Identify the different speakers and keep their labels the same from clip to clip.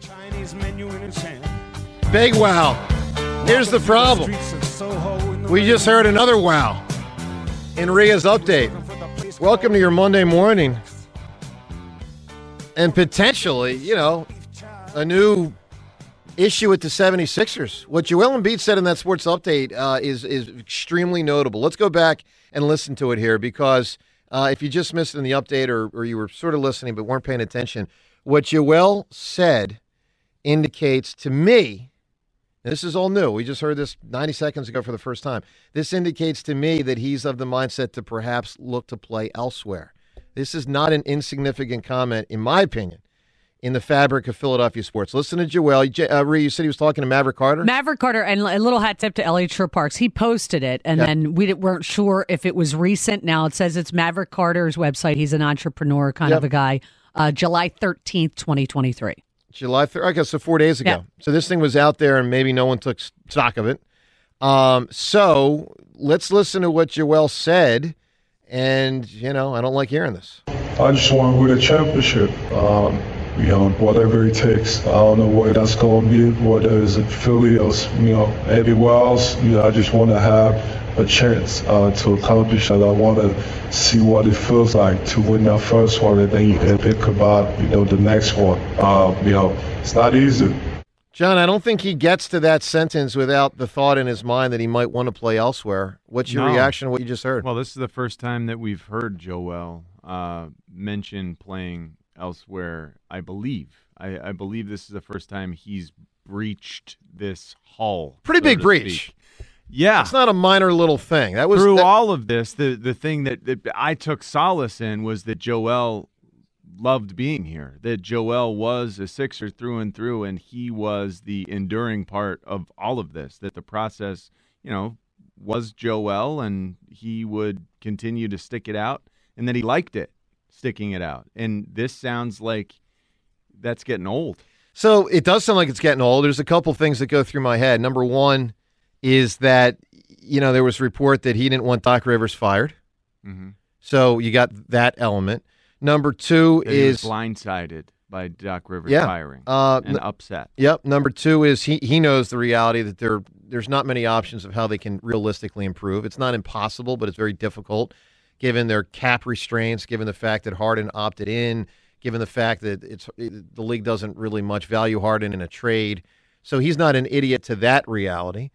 Speaker 1: Chinese menu in a chan.
Speaker 2: Big wow. Here's the problem. We just heard another wow. In Ria's update. Welcome to your Monday morning. And potentially, you know, a new issue with the 76ers. What Joel Embiid said in that sports update uh, is, is extremely notable. Let's go back and listen to it here because uh, if you just missed it in the update or, or you were sort of listening but weren't paying attention, what Joel said indicates to me, this is all new. We just heard this 90 seconds ago for the first time. This indicates to me that he's of the mindset to perhaps look to play elsewhere. This is not an insignificant comment, in my opinion, in the fabric of Philadelphia sports. Listen to Joel. J- uh, Ree, you said he was talking to Maverick Carter.
Speaker 3: Maverick Carter and a little hat tip to Elliot Shore Parks. He posted it, and
Speaker 2: Yeah.
Speaker 3: then we di- weren't sure if it was recent. Now it says it's Maverick Carter's website. He's an entrepreneur kind
Speaker 2: Yep.
Speaker 3: of a guy. Uh, July thirteenth, twenty twenty three.
Speaker 2: July 3rd, I guess so four days ago.
Speaker 3: Yeah.
Speaker 2: So this thing was out there and maybe no one took s- stock of it. Um, so let's listen to what Joel said. And, you know, I don't like hearing this.
Speaker 4: I just want to win a championship. Um, you know, whatever it takes. I don't know what that's going to be, whether it's in Philly or, you know, everywhere else. You know, I just want to have a chance uh, to accomplish that. I want to see what it feels like to win that first one and then and think about, you know, the next one. Um, you know, it's not easy.
Speaker 2: John, I don't think he gets to that sentence without the thought in his mind that he might want to play elsewhere. What's your
Speaker 5: No.
Speaker 2: reaction to what you just heard?
Speaker 5: Well, this is the first time that we've heard Joel uh, mention playing elsewhere. I believe. I, I believe this is the first time he's breached this hull.
Speaker 2: Pretty
Speaker 5: so
Speaker 2: big
Speaker 5: to
Speaker 2: breach.
Speaker 5: speak. Yeah.
Speaker 2: it's not a minor little thing. That was
Speaker 5: Through
Speaker 2: that-
Speaker 5: all of this, the the thing that, that I took solace in was that Joel loved being here. That Joel was a Sixer through and through, and he was the enduring part of all of this. That the process, you know, was Joel, and he would continue to stick it out, and that he liked it, sticking it out. And this sounds like that's getting old.
Speaker 2: So it does sound like it's getting old. There's a couple things that go through my head. Number one is that you know there was a report that he didn't want Doc Rivers fired,
Speaker 5: Mm-hmm.
Speaker 2: so you got that element. Number two
Speaker 5: he was
Speaker 2: is
Speaker 5: blindsided by Doc Rivers
Speaker 2: Yeah,
Speaker 5: firing
Speaker 2: uh,
Speaker 5: and
Speaker 2: n-
Speaker 5: upset.
Speaker 2: yep. Number two is he he knows the reality that there there's not many options of how they can realistically improve. It's not impossible, but it's very difficult given their cap restraints, given the fact that Harden opted in, given the fact that it's it, the league doesn't really much value Harden in a trade. So he's not an idiot to that reality.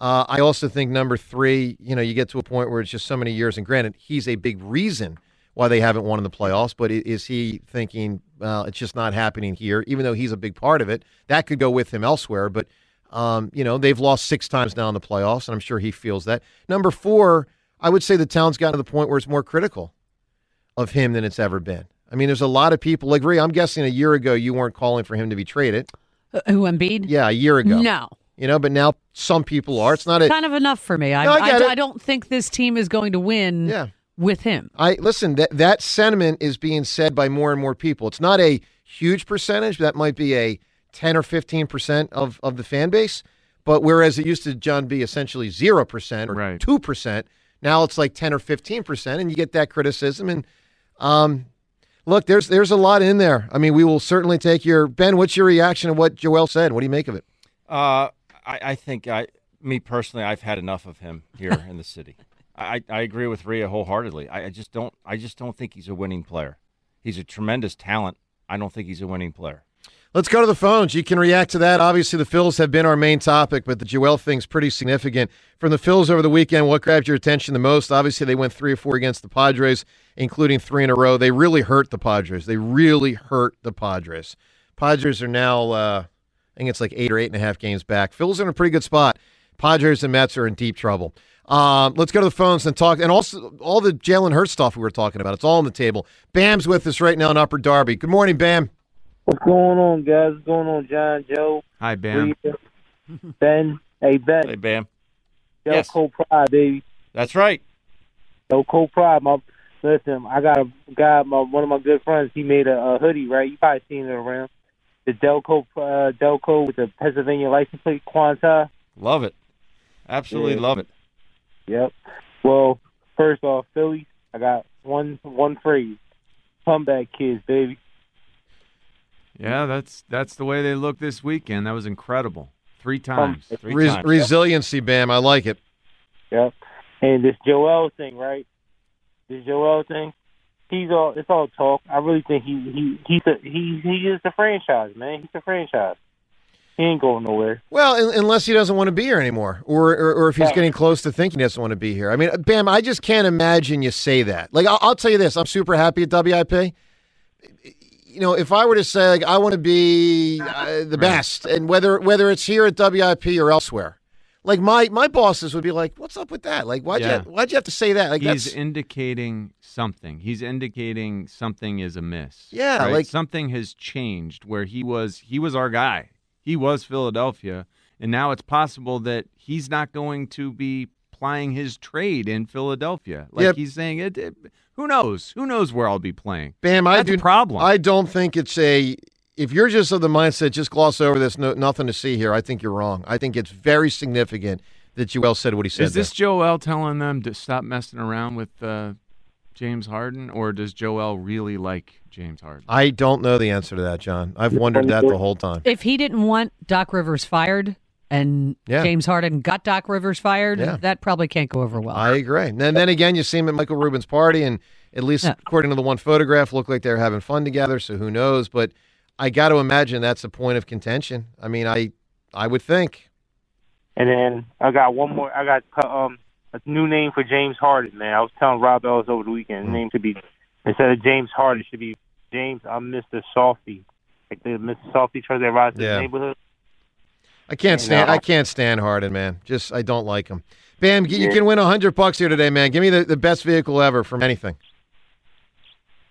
Speaker 2: Uh, I also think number three, you know, you get to a point where it's just so many years, and granted, he's a big reason why they haven't won in the playoffs. But i- is he thinking uh, it's just not happening here? Even though he's a big part of it, that could go with him elsewhere. But um, you know, they've lost six times now in the playoffs, and I'm sure he feels that. Number four, I would say the town's gotten to the point where it's more critical of him than it's ever been. I mean, there's a lot of people like Ree. I'm guessing a year ago you weren't calling for him to be traded.
Speaker 3: Uh, Who Embiid?
Speaker 2: Yeah, a year ago.
Speaker 3: No,
Speaker 2: You know, but now some people are. It's not a
Speaker 3: kind of enough for me. I,
Speaker 2: No, I get it.
Speaker 3: I don't think this team is going to win.
Speaker 2: Yeah.
Speaker 3: with him.
Speaker 2: I listen. That that sentiment is being said by more and more people. It's not a huge percentage. That might be a ten or fifteen percent of of the fan base. But whereas it used to, John, be essentially zero percent or
Speaker 5: Right.
Speaker 2: two percent, now it's like ten or fifteen percent, and you get that criticism. And um, look, there's there's a lot in there. I mean, we will certainly take your Ben. What's your reaction to what Joel said? What do you make of it?
Speaker 6: Uh, I, I think I, me personally, I've had enough of him here in the city. I, I agree with Rhea wholeheartedly. I, I just don't I just don't think he's a winning player. He's a tremendous talent. I don't think he's a winning player.
Speaker 2: Let's go to the phones. You can react to that. Obviously, the Phils have been our main topic, but the Joel thing's pretty significant. From the Phils over the weekend, what grabbed your attention the most? Obviously, they went three or four against the Padres, including three in a row. They really hurt the Padres. They really hurt the Padres. Padres are now, uh, I think it's like eight or eight and a half games back. Phils are in a pretty good spot. Padres and Mets are in deep trouble. Um, let's go to the phones and talk. And also, all the Jalen Hurts stuff we were talking about, it's all on the table. Bam's with us right now in Upper Darby. Good morning, Bam.
Speaker 7: What's going on, guys? What's going on, John, Joe,
Speaker 5: Hi, Bam.
Speaker 7: Rita, Ben? Hey, Ben.
Speaker 6: Hey, Bam.
Speaker 7: Joe
Speaker 6: yes.
Speaker 7: Cole Pride, baby.
Speaker 6: That's right.
Speaker 7: Joe Cole Pride. My, listen, I got a guy, my, one of my good friends, he made a, a hoodie, right? You probably seen it around. The Delco, uh, Delco with the Pennsylvania license plate, Quanta.
Speaker 6: Love it. Absolutely
Speaker 7: Yeah.
Speaker 6: love it.
Speaker 7: Yep. Well, first off, Philly, I got one one phrase. Comeback kids, baby.
Speaker 5: Yeah, that's that's the way they look this weekend. That was incredible. Three times.
Speaker 6: Three
Speaker 2: Um, Res-
Speaker 6: times.
Speaker 2: resiliency, Bam. I like it.
Speaker 7: Yep. And this Joel thing, right? This Joel thing, he's all it's all talk. I really think he he he's a, he he is the franchise man. He's the franchise. He ain't going nowhere.
Speaker 2: Well, un- unless he doesn't want to be here anymore, or, or or if he's
Speaker 7: Right.
Speaker 2: getting close to thinking he doesn't want to be here. I mean, Bam, I just can't imagine you say that. Like, I'll, I'll tell you this: I'm super happy at WIP. You know, if I were to say like I want to be uh, the best, and whether whether it's here at WIP or elsewhere, like my my bosses would be like, "What's up with that? Like, why'd
Speaker 5: Yeah.
Speaker 2: you why'd you have to say that? Like,
Speaker 5: He's
Speaker 2: that's
Speaker 5: indicating something. He's indicating something is amiss.
Speaker 2: Yeah,
Speaker 5: right?
Speaker 2: like-
Speaker 5: something has changed where he was he was our guy. He was Philadelphia, and now it's possible that he's not going to be plying his trade in Philadelphia. Like
Speaker 2: Yep.
Speaker 5: he's saying it, it- who knows? Who knows where I'll be playing?
Speaker 2: Bam, I
Speaker 5: That's a
Speaker 2: do
Speaker 5: problem.
Speaker 2: I don't think it's a. If you're just of the mindset, just gloss over this. No, nothing to see here. I think you're wrong. I think it's very significant that Joel said what he said.
Speaker 5: Is this Joel telling them to stop messing around with uh, James Harden, or does Joel really like James Harden?
Speaker 2: there. I don't know the answer to that, John. I've wondered that the whole time.
Speaker 3: If he didn't want Doc Rivers fired and
Speaker 2: Yeah.
Speaker 3: James Harden got Doc Rivers fired,
Speaker 2: Yeah.
Speaker 3: that probably can't go over well.
Speaker 2: I agree. And then, then again, you see him at Michael Rubin's party, and at least
Speaker 3: Yeah.
Speaker 2: according to the one photograph, look like they're having fun together. So who knows? But I got to imagine that's a point of contention. I mean, I I would think.
Speaker 7: And then I got one more. I got um a new name for James Harden, man. I was telling Rob Ellis over the weekend. His name should be instead of James Harden, it should be James. I'm Mr. Softy, like the Mr. Softy tries that rides
Speaker 2: Yeah.
Speaker 7: the neighborhood.
Speaker 2: I can't
Speaker 7: Yeah.
Speaker 2: stand. I can't stand Harden, man. Just I don't like him. Bam, g- you
Speaker 7: Yeah.
Speaker 2: can win hundred bucks here today, man. Give me the, the best vehicle ever from anything.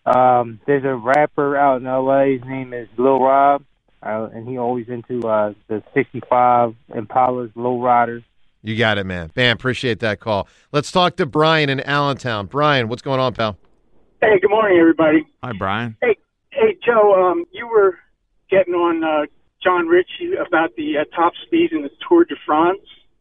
Speaker 7: Um, there's a rapper out in LA. His name is Lil Rob, uh, and he always into uh, the '65 Impalas, low riders.
Speaker 2: You got it, man. Bam, appreciate that call. Let's talk to Brian in Allentown. Brian, what's going on, pal?
Speaker 8: Hey, good morning, everybody.
Speaker 5: Hi, Brian.
Speaker 8: Hey, Joe, um, you were getting on uh, John Ritchie about the uh, top speeds in the Tour de France.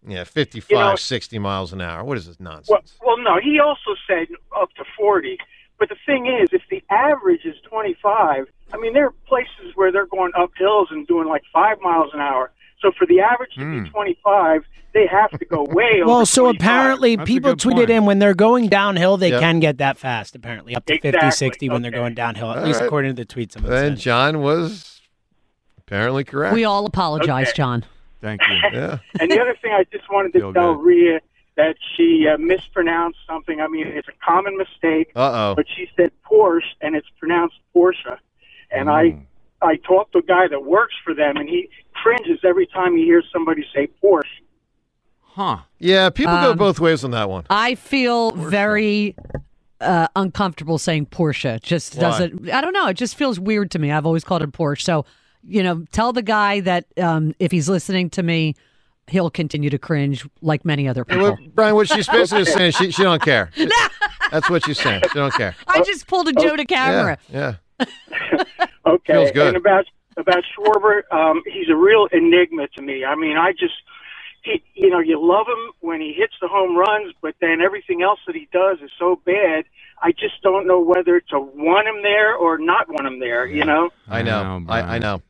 Speaker 2: Yeah, 55, 60 miles an hour. What is this nonsense?
Speaker 8: Well, well, no, he also said up to 40. But the thing is, if the average is 25, I mean, there are places where they're going up hills and doing like five miles an hour. So for the average to
Speaker 5: Hmm.
Speaker 8: be 25, they have to go way over.
Speaker 9: Well, so
Speaker 8: 25.
Speaker 9: apparently
Speaker 5: That's a
Speaker 9: people
Speaker 5: good
Speaker 9: tweeted
Speaker 5: point.
Speaker 9: in when they're going downhill, they
Speaker 2: Yep.
Speaker 9: can get that fast, apparently, up to
Speaker 8: Exactly,
Speaker 9: 50, 60 when they're
Speaker 8: okay.
Speaker 9: going downhill, at
Speaker 2: All
Speaker 9: least
Speaker 2: right.
Speaker 9: according to the tweets. someone
Speaker 2: then
Speaker 9: sent.
Speaker 2: John was apparently correct.
Speaker 3: we all apologize, John.
Speaker 5: Thank you.
Speaker 2: yeah.
Speaker 8: And the other thing I just wanted
Speaker 5: Feel
Speaker 8: to tell
Speaker 5: good.
Speaker 8: Rhea that she uh, mispronounced something. I mean, it's a common mistake.
Speaker 2: Uh oh.
Speaker 8: but she said Porsche, and it's pronounced Porsche. And
Speaker 5: Mm.
Speaker 8: I, I talked to a guy that works for them, and he cringes every time he hears somebody say Porsche.
Speaker 5: Huh.
Speaker 2: Yeah, people go
Speaker 3: Um,
Speaker 2: both ways on that one.
Speaker 3: I feel very uh, uncomfortable saying Porsche. Just
Speaker 2: Why?
Speaker 3: doesn't. I don't know. It just feels weird to me. I've always called it Porsche. So you know, tell the guy that um, if he's listening to me, he'll continue to cringe like many other
Speaker 2: Hey,
Speaker 3: people.
Speaker 2: what- Brian, what she's basically saying, she, she don't care. That's what she's saying. She don't care.
Speaker 3: I just pulled a Joe to camera.
Speaker 2: Yeah. yeah.
Speaker 8: Oh, Okay.
Speaker 2: Feels good.
Speaker 8: And about about Schwarber, um, he's a real enigma to me. I mean, I just, he, you know, you love him when he hits the home runs, but then everything else that he does is so bad. I just don't know whether to want him there or not want him there. You know.
Speaker 2: I
Speaker 5: I
Speaker 2: know.
Speaker 5: know,
Speaker 2: I, I
Speaker 5: Brian.
Speaker 2: know.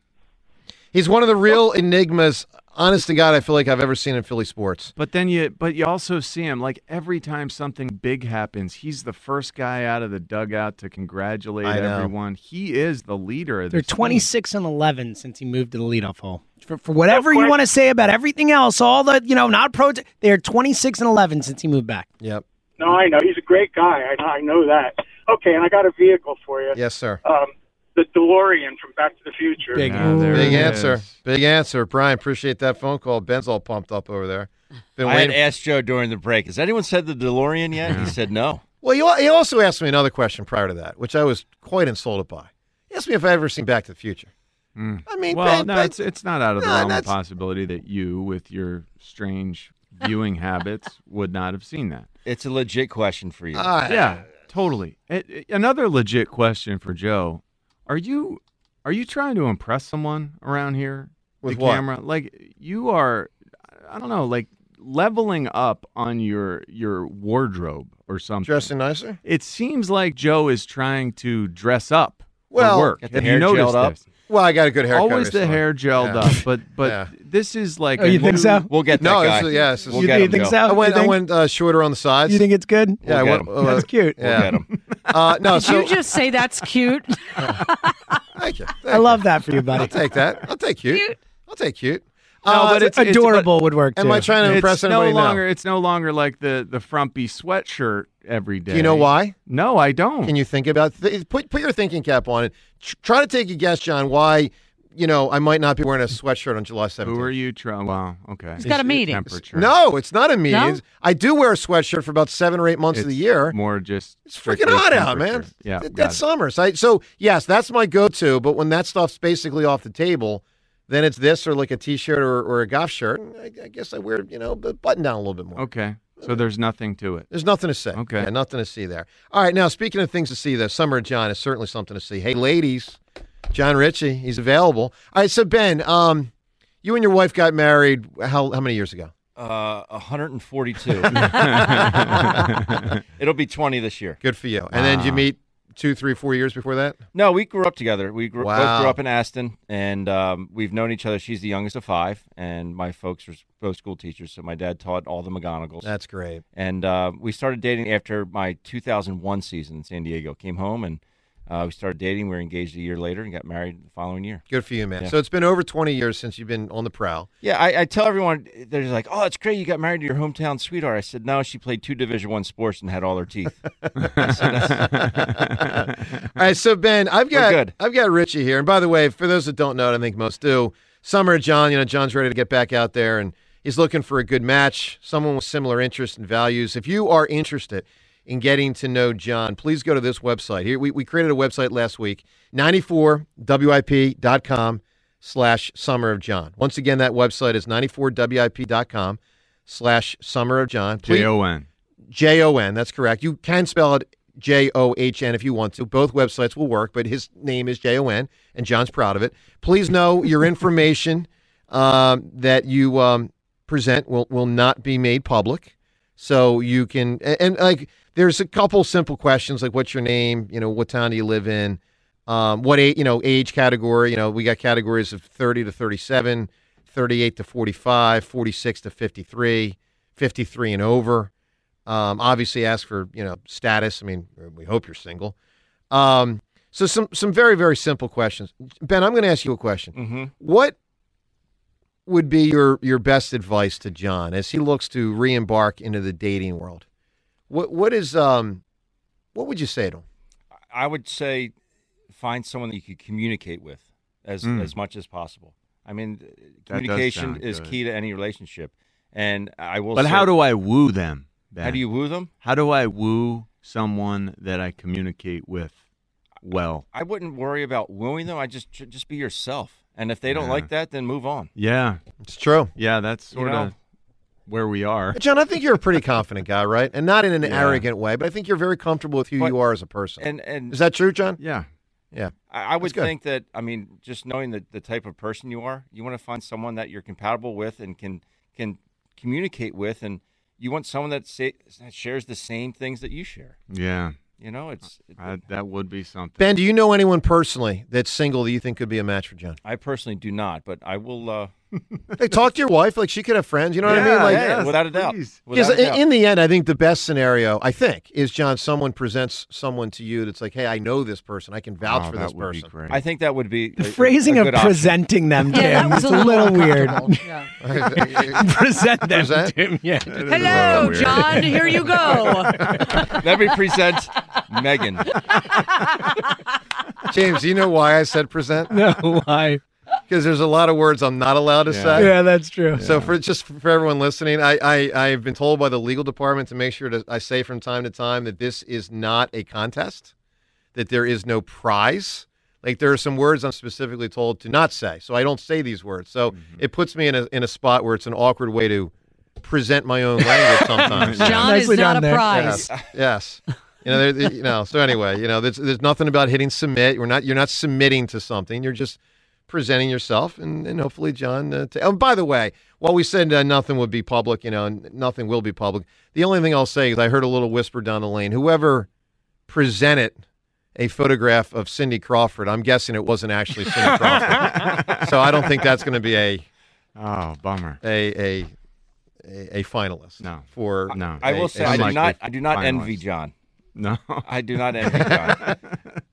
Speaker 2: He's one of the real enigmas honest to God, I feel like I've ever seen in Philly sports.
Speaker 5: But then you, but you also see him like every time something big happens, he's the first guy out of the dugout to congratulate
Speaker 9: I know.
Speaker 5: everyone. He is the leader of
Speaker 9: They're
Speaker 5: this team.
Speaker 9: 26 and 11 since he moved to the leadoff hole. For, for whatever you want to say about everything else, all the, you know, not pro, they're 26 and 11 since he moved back.
Speaker 2: Yep.
Speaker 8: No, I know. He's a great guy. I know, I know that. Okay, and I got a vehicle for you.
Speaker 2: Yes, sir.
Speaker 8: Um, the DeLorean from Back to the Future.
Speaker 2: Big uh, answer. Big answer. Brian, appreciate that phone call. Ben's all pumped up over there. Been
Speaker 6: I had
Speaker 2: waiting.
Speaker 6: asked Joe during the break, has anyone said the DeLorean yet? He said no.
Speaker 2: well, you, he also asked me another question prior to that, which I was quite insulted by. He asked me if I ever seen Back to the Future.
Speaker 5: Mm.
Speaker 2: I mean,
Speaker 5: well,
Speaker 2: but-
Speaker 5: no,
Speaker 2: but-
Speaker 5: it's it's not out of the
Speaker 2: No,
Speaker 5: realm of
Speaker 2: that's-
Speaker 5: possibility that you, with your strange viewing habits, would not have seen that.
Speaker 6: It's a legit question for you.
Speaker 2: Ah.
Speaker 5: yeah, totally. It- it- another legit question for Joe: Are you are you trying to impress someone around here
Speaker 2: With
Speaker 5: the
Speaker 2: what?
Speaker 5: camera? Like you are, I don't know, like leveling up on your your wardrobe or something.
Speaker 2: Dressing nicer.
Speaker 5: It seems like Joe is trying to dress up. for
Speaker 2: Well,
Speaker 5: work.
Speaker 2: Get the
Speaker 5: Have
Speaker 2: hair
Speaker 5: you noticed
Speaker 2: gelled up?
Speaker 5: this?
Speaker 2: Well, I got a good haircut
Speaker 5: Always the
Speaker 2: recently.
Speaker 5: hair gelled
Speaker 2: Yeah.
Speaker 5: up, but but
Speaker 2: Yeah.
Speaker 5: this is like
Speaker 9: Oh,
Speaker 5: a
Speaker 9: you think
Speaker 5: new-
Speaker 9: so?
Speaker 6: We'll get
Speaker 2: no, it's- yeah, it's just-
Speaker 9: We'll You get do- you him, think Joe. so?
Speaker 2: I went,
Speaker 9: You
Speaker 2: I
Speaker 9: think-
Speaker 2: went uh, shorter on the sides.
Speaker 9: You think it's good?
Speaker 2: yeah, I
Speaker 6: We'll
Speaker 2: went,
Speaker 6: get
Speaker 2: uh,
Speaker 9: That's cute.
Speaker 2: Yeah.
Speaker 6: We'll get him.
Speaker 2: Uh, no,
Speaker 3: Did
Speaker 2: so
Speaker 3: you just say that's cute?
Speaker 2: thank you.
Speaker 9: I love that for you,
Speaker 2: I'll
Speaker 9: buddy.
Speaker 2: take that. I'll take cute. I'll take cute.
Speaker 5: No, but it's, it's-
Speaker 9: Adorable would work too.
Speaker 2: Am I trying to
Speaker 5: it's
Speaker 2: impress
Speaker 5: no
Speaker 2: anybody
Speaker 5: longer it's no longer like the the frumpy sweatshirt every day.
Speaker 2: now? Do you know why?
Speaker 5: No, I don't.
Speaker 2: Can you think about th- put put your thinking cap on it? Tr- try to take a guess, John. Why you know I might not be wearing a sweatshirt on July
Speaker 5: Who
Speaker 2: seventeenth?
Speaker 5: are you? Tr- wow. Okay.
Speaker 3: He's got a meeting.
Speaker 5: Temperature.
Speaker 2: No, it's not a meeting.
Speaker 3: No?
Speaker 2: It's- I do wear a sweatshirt for about seven or eight months of the
Speaker 5: It's
Speaker 2: year.
Speaker 5: More just.
Speaker 2: It's freaking hot out, man.
Speaker 5: Yeah.
Speaker 2: Th-
Speaker 5: got
Speaker 2: that's
Speaker 5: it.
Speaker 2: summer. So, I- so yes, that's my go-to. But when that stuff's basically off the table, then it's this or like a t-shirt or, or a golf shirt. And I, I guess I wear you know the button down a little bit more.
Speaker 5: Okay. So there's nothing to it.
Speaker 2: There's nothing to say.
Speaker 5: Okay.
Speaker 2: Yeah, nothing to see there. All right. Now, speaking of things to see, though, Summer of John is certainly something to see. Hey, ladies, John Ritchie, he's available. All right. So, Ben, um, you and your wife got married how, how many years ago?
Speaker 6: Uh, 142. It'll be 20 this year.
Speaker 2: Good for you. And then did you
Speaker 5: Wow.
Speaker 2: meet two, three, four years before that?
Speaker 6: No, we grew up together. We grew, both
Speaker 2: Wow.
Speaker 6: grew up in Aston, and um, we've known each other. She's the youngest of five, and my folks were both school teachers, so my dad taught all the McGonagalls.
Speaker 2: That's great.
Speaker 6: and uh, we started dating after my 2001 season in San Diego. Came home, and uh, we started dating. We were engaged a year later and got married the following year.
Speaker 2: Good for you, man.
Speaker 6: Yeah.
Speaker 2: So, it's been over 20 years since you've been on the prowl.
Speaker 6: Yeah, I, I tell everyone they're just like, "Oh, it's great! You got married to your hometown sweetheart." I said, "No, she played two Division One sports and had all her teeth." I said, "That's-
Speaker 2: All right, so Ben, I've
Speaker 6: We're
Speaker 2: got
Speaker 6: good.
Speaker 2: I've got Richie here, and by the way, for those that don't know, it, I think most do. Summer John, you know, John's ready to get back out there, and he's looking for a good match, someone with similar interests and values. If you are interested in getting to know John, please go to this website. Here, we, we created a website last week, 94wip.com slash summer of John. Once again, that website is 94wip.com slash summer of John. Please-
Speaker 5: J O N.
Speaker 2: J O N. That's correct. You can spell it J O H N if you want to. Both websites will work, but his name is J O N, and John's proud of it. Please know your information um, that you um, present will will not be made public, so you can and, and like there's a couple simple questions like what's your name, you know, what town do you live in, um, what age, you know, age category. You know, we got categories of 30 to 37, 38 to 45, 46 to 53, 53 and over. Um, obviously, ask for you know status. I mean, we hope you're single. Um, so some some very very simple questions. Ben, I'm going to ask you a question.
Speaker 5: Mm-hmm.
Speaker 6: Mhm.
Speaker 2: What would be your your best advice to John as he looks to re-embark into the dating world? What what is um what would you say to him?
Speaker 6: I would say find someone that you could communicate with as
Speaker 5: Mm.
Speaker 6: as much as possible. I mean,
Speaker 5: does
Speaker 6: communication
Speaker 5: sound
Speaker 6: is
Speaker 5: good.
Speaker 6: key to any relationship, and I will.
Speaker 5: But
Speaker 6: say,
Speaker 5: how do I woo them? Ben?
Speaker 6: how do you woo them?
Speaker 5: How do I woo someone that I communicate with well?
Speaker 6: I wouldn't worry about wooing them. I just ju- just be yourself, and if they don't
Speaker 5: Yeah.
Speaker 6: like that, then move on.
Speaker 5: Yeah.
Speaker 2: It's true.
Speaker 5: Yeah. That's sort
Speaker 6: know?
Speaker 5: of where we are.
Speaker 2: John, I think you're a pretty confident guy, right? And not in an
Speaker 5: Yeah.
Speaker 2: arrogant way, but I think you're very comfortable with who
Speaker 6: But-
Speaker 2: you are as a person.
Speaker 6: And and
Speaker 2: is that true, John?
Speaker 5: Yeah.
Speaker 2: Yeah.
Speaker 6: I, I would
Speaker 2: good.
Speaker 6: think that I mean, just knowing the, the type of person you are, you want to find someone that you're compatible with and can can communicate with, and you want someone that, say, that shares the same things that you share.
Speaker 5: Yeah.
Speaker 6: You know, it's it-
Speaker 5: I, that would be something.
Speaker 2: Ben, do you know anyone personally that's single that you think could be a match for John?
Speaker 6: I personally do not, but I will. Uh,
Speaker 2: Hey, talk to your wife. Like she could have friends. You know what I mean?
Speaker 6: Yeah,
Speaker 2: Like
Speaker 6: yeah, without a doubt.
Speaker 2: Because
Speaker 6: Without a
Speaker 2: in-
Speaker 6: doubt.
Speaker 2: in the end, I think the best scenario, I think, is John. Someone presents someone to you that's like, "Hey, I know this person. I can vouch
Speaker 6: Oh,
Speaker 2: for
Speaker 6: that
Speaker 2: this
Speaker 6: would be
Speaker 2: person."
Speaker 6: great. I think that would be
Speaker 2: the
Speaker 9: Phrasing of presenting them, Tim.
Speaker 2: Yeah, that was
Speaker 9: it's
Speaker 2: a
Speaker 9: a little
Speaker 2: little
Speaker 9: weird.
Speaker 2: Present
Speaker 9: them,
Speaker 2: Present?
Speaker 9: Tim. Yeah.
Speaker 3: Hello, John. Here you go.
Speaker 6: Let me present Megan.
Speaker 2: James, you know why I said present?
Speaker 9: No, why?
Speaker 2: Because there's a lot of words I'm not allowed to
Speaker 9: Yeah.
Speaker 2: say.
Speaker 9: Yeah, that's true.
Speaker 2: So for just for everyone listening, I, I I've been told by the legal department to make sure that I say from time to time that this is not a contest, that there is no prize. Like there are some words I'm specifically told to not say, so I don't say these words. So
Speaker 9: Mm-hmm.
Speaker 2: it puts me in a in a spot where it's an awkward way to present my own language sometimes.
Speaker 3: John is Nicely not done a there. prize.
Speaker 2: Yes. Yes. You know, there- there- you know. So anyway, you know, there's there's nothing about hitting submit. We're not you're not submitting to something. You're just presenting yourself, and, and hopefully, John. Uh, ta- oh, by the way, while we said uh, nothing would be public, you know, and nothing will be public. The only thing I'll say is I heard a little whisper down the lane. Whoever presented a photograph of Cindy Crawford, I'm guessing it wasn't actually Cindy Crawford. so I don't think that's going to be a
Speaker 5: oh bummer
Speaker 2: a a a, a finalist. No, for
Speaker 5: No.
Speaker 6: I will say I do
Speaker 2: unlikely
Speaker 6: not I do not envy
Speaker 2: finalist.
Speaker 6: John.
Speaker 5: No.
Speaker 6: I do not envy John.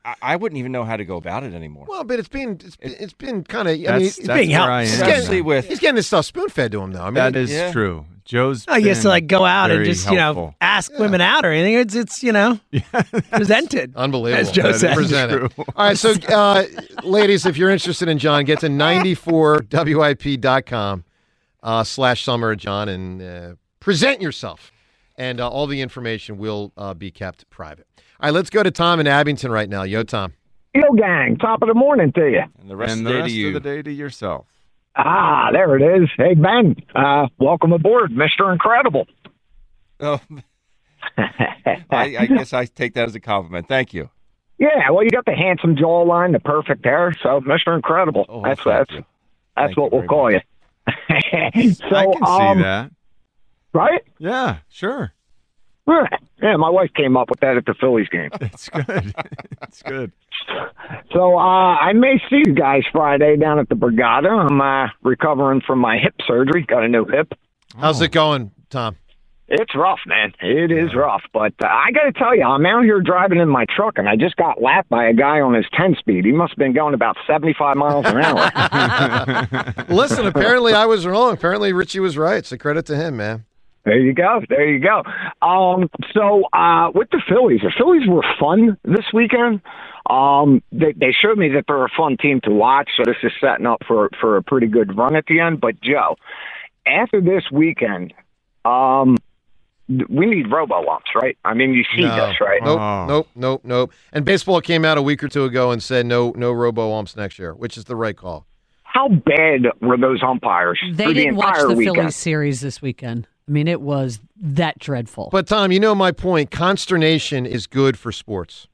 Speaker 6: I, I wouldn't even know how to go about it anymore.
Speaker 2: Well, but it's been it's, been- it's been kind of. I
Speaker 6: That's-
Speaker 2: mean, it's
Speaker 6: that's
Speaker 2: being
Speaker 6: where
Speaker 2: helped.
Speaker 6: I
Speaker 2: He's
Speaker 6: am. Especially
Speaker 2: getting,
Speaker 6: with-
Speaker 2: he's getting his stuff spoon fed to him though. I mean,
Speaker 5: That is
Speaker 2: yeah.
Speaker 5: true. Joe's.
Speaker 9: I
Speaker 2: been
Speaker 9: guess Oh, to like go out and
Speaker 2: very
Speaker 9: just you know
Speaker 2: helpful.
Speaker 9: ask women out or anything. It's it's you know presented.
Speaker 2: Unbelievable.
Speaker 9: As Joe
Speaker 2: That is
Speaker 9: said.
Speaker 2: presented. All right, so uh, ladies, if you're interested in John, get to 94wip.com uh, slash summer of John and uh, present yourself. And uh, all the information will uh, be kept private. All right, let's go to Tom in Abington right now. Yo, Tom.
Speaker 10: Yo, gang, top of the morning to you.
Speaker 6: And the rest,
Speaker 5: and the
Speaker 6: of, the day
Speaker 5: rest
Speaker 6: to you.
Speaker 5: of the day to yourself.
Speaker 10: Ah, there it is. Hey, Ben, uh, welcome aboard, Mr. Incredible.
Speaker 6: Oh, I, I guess I take that as a compliment. Thank you.
Speaker 10: Yeah, well, you got the handsome jawline, the perfect hair, so Mr. Incredible.
Speaker 5: Oh,
Speaker 10: that's that's, that's what we'll call you. so,
Speaker 5: I can
Speaker 10: um,
Speaker 5: see that.
Speaker 10: Right?
Speaker 5: Yeah, sure.
Speaker 10: Yeah. yeah, my wife came up with that at the Phillies game.
Speaker 5: That's good. That's good.
Speaker 10: So uh, I may see you guys Friday down at the Brigada. I'm uh, recovering from my hip surgery. Got a new hip.
Speaker 2: How's it going, Tom?
Speaker 10: Oh. It's rough, man. It is rough. But uh, I got to tell you, I'm out here driving in my truck, and I just got lapped by a guy on his 10 speed. He must have been going about 75 miles an hour.
Speaker 2: Listen, apparently I was wrong. Apparently Richie was right. So credit to him, man.
Speaker 10: There you go. There you go. Um, so uh, with the Phillies, the Phillies were fun this weekend. Um, they, they showed me that they're a fun team to watch. So this is setting up for for a pretty good run at the end. But Joe, after this weekend, um, th- we need robo umps, right? I mean, you see this, right?
Speaker 2: Nope, nope, nope, nope. And baseball came out a week or two ago and said no, no robo umps next year, which is the right call.
Speaker 10: How bad were those umpires?
Speaker 3: They
Speaker 10: through
Speaker 3: didn't
Speaker 10: the
Speaker 3: watch
Speaker 10: entire
Speaker 3: the
Speaker 10: weekend?
Speaker 3: Phillies series this weekend. I mean, it was that dreadful.
Speaker 2: But Tom, you know my point. Consternation is good for sports.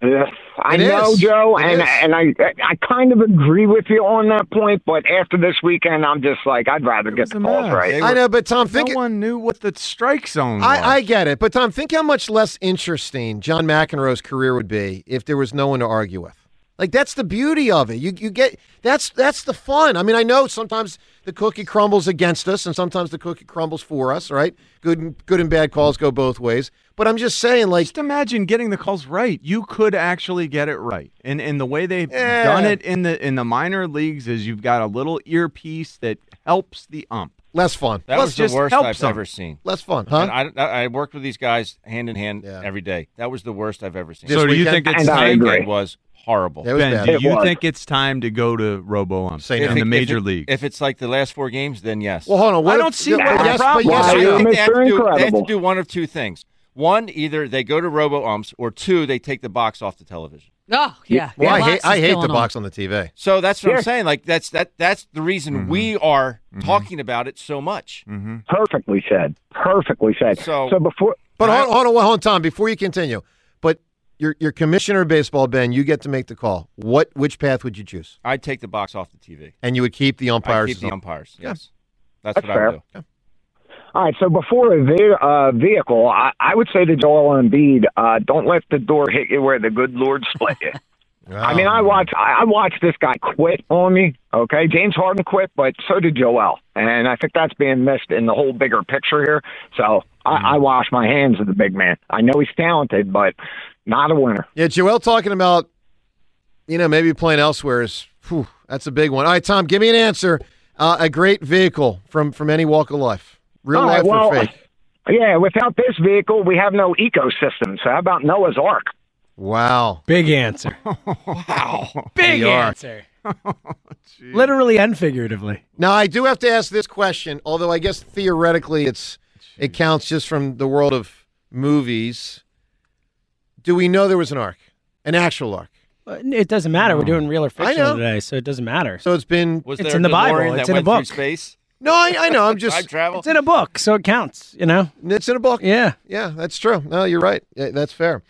Speaker 10: Yes, I
Speaker 2: It
Speaker 10: know,
Speaker 2: is.
Speaker 10: Joe,
Speaker 2: It
Speaker 10: and
Speaker 2: is.
Speaker 10: and I I kind of agree with you on that point. But after this weekend, I'm just like I'd rather get the balls right.
Speaker 2: I know, but Tom, think
Speaker 5: no one knew what the strike zone was.
Speaker 2: I, I get it. But Tom, think how much less interesting John McEnroe's career would be if there was no one to argue with. Like that's the beauty of it. You you get that's that's the fun. I mean, I know sometimes the cookie crumbles against us, and sometimes the cookie crumbles for us. Right? Good and good and bad calls go both ways. But I'm just saying, like,
Speaker 5: just imagine getting the calls right. You could actually get it right, and and the way they've
Speaker 2: Yeah.
Speaker 5: done it in the in the minor leagues is you've got a little earpiece that helps the ump.
Speaker 2: Less fun.
Speaker 6: That
Speaker 5: Less
Speaker 6: was the
Speaker 5: just
Speaker 6: worst
Speaker 5: helps
Speaker 6: I've
Speaker 5: them.
Speaker 6: ever seen.
Speaker 2: Less fun, huh?
Speaker 6: And I, I worked with these guys hand in hand every day. That was the worst I've ever seen.
Speaker 5: So do you think it's time?
Speaker 6: It was horrible.
Speaker 5: ben, do you think it's time to go to Robo ump
Speaker 6: If
Speaker 5: in
Speaker 6: it-
Speaker 5: the
Speaker 6: if
Speaker 5: major
Speaker 6: it-
Speaker 5: league?
Speaker 6: If it's like the last four games, then yes.
Speaker 2: Well, hold on. What
Speaker 5: I
Speaker 2: if-
Speaker 5: don't see
Speaker 2: yeah,
Speaker 5: what
Speaker 2: but
Speaker 5: the
Speaker 2: yes, but
Speaker 5: problem
Speaker 2: yes,
Speaker 5: is.
Speaker 6: I
Speaker 2: you-
Speaker 6: think they have, to
Speaker 2: Mr.
Speaker 6: do, they have to
Speaker 2: Incredible.
Speaker 6: do one of two things. One, either they go to robo umps, or two, they take the box off the television.
Speaker 3: oh, yeah.
Speaker 2: Well, I
Speaker 6: The
Speaker 2: hate
Speaker 6: box
Speaker 2: I
Speaker 6: is
Speaker 2: hate
Speaker 6: going
Speaker 2: the
Speaker 6: on.
Speaker 2: box on the Mm-hmm. TV.
Speaker 6: So that's what
Speaker 2: Yeah.
Speaker 6: I'm saying. Like that's that that's the reason we are talking about it so much.
Speaker 10: Perfectly said. Perfectly said.
Speaker 6: So-
Speaker 10: before,
Speaker 2: But hold, hold on, hold on, Tom. Before you continue, but your your commissioner of baseball, Ben, you get to make the call. What which path would you choose?
Speaker 6: I'd take the box off the TV.
Speaker 2: And you would keep the
Speaker 6: I
Speaker 2: umpires.
Speaker 6: keep the
Speaker 2: as-
Speaker 6: umpires.
Speaker 2: Yeah.
Speaker 6: Yes, that's,
Speaker 10: That's
Speaker 6: what I would do.
Speaker 10: all right. So before a ve- uh, vehicle, I, I would say to Joel Embiid, uh, don't let the door hit you where the good Lord split you. I mean, I watched I I watched this guy quit on me. Okay, James Harden quit, but so did Joel, and I think that's being missed in the whole bigger picture here. So I, I wash my hands of the big man. I know he's talented, but not a winner.
Speaker 2: Yeah, Joel talking about, you know, maybe playing elsewhere is whew, that's a big one. All right, Tom, give me an answer. Uh, a great vehicle from from any walk of life, real
Speaker 10: All
Speaker 2: life
Speaker 10: right, well,
Speaker 2: or fake.
Speaker 10: Yeah, without this vehicle, we have no ecosystem. So how about Noah's Ark?
Speaker 2: Wow,
Speaker 9: big answer.
Speaker 2: wow,
Speaker 9: Big answer. Literally and figuratively.
Speaker 2: Now I do have to ask this question, although I guess theoretically it's it counts just from the world of movies. Do we know there was an arc, an actual arc?
Speaker 9: Uh, It doesn't matter. We're doing real or
Speaker 2: I
Speaker 9: fictional
Speaker 2: know.
Speaker 9: today, so it doesn't matter.
Speaker 2: So it's been.
Speaker 9: Was It's there in the a DeLorean Bible. that It's in a went through book.
Speaker 6: space.
Speaker 2: No, I, I know. I'm just
Speaker 6: Time travel?
Speaker 9: It's in a book, so it counts. You know,
Speaker 2: it's in a book.
Speaker 9: Yeah,
Speaker 2: yeah, that's true. No, you're right. Yeah, that's fair.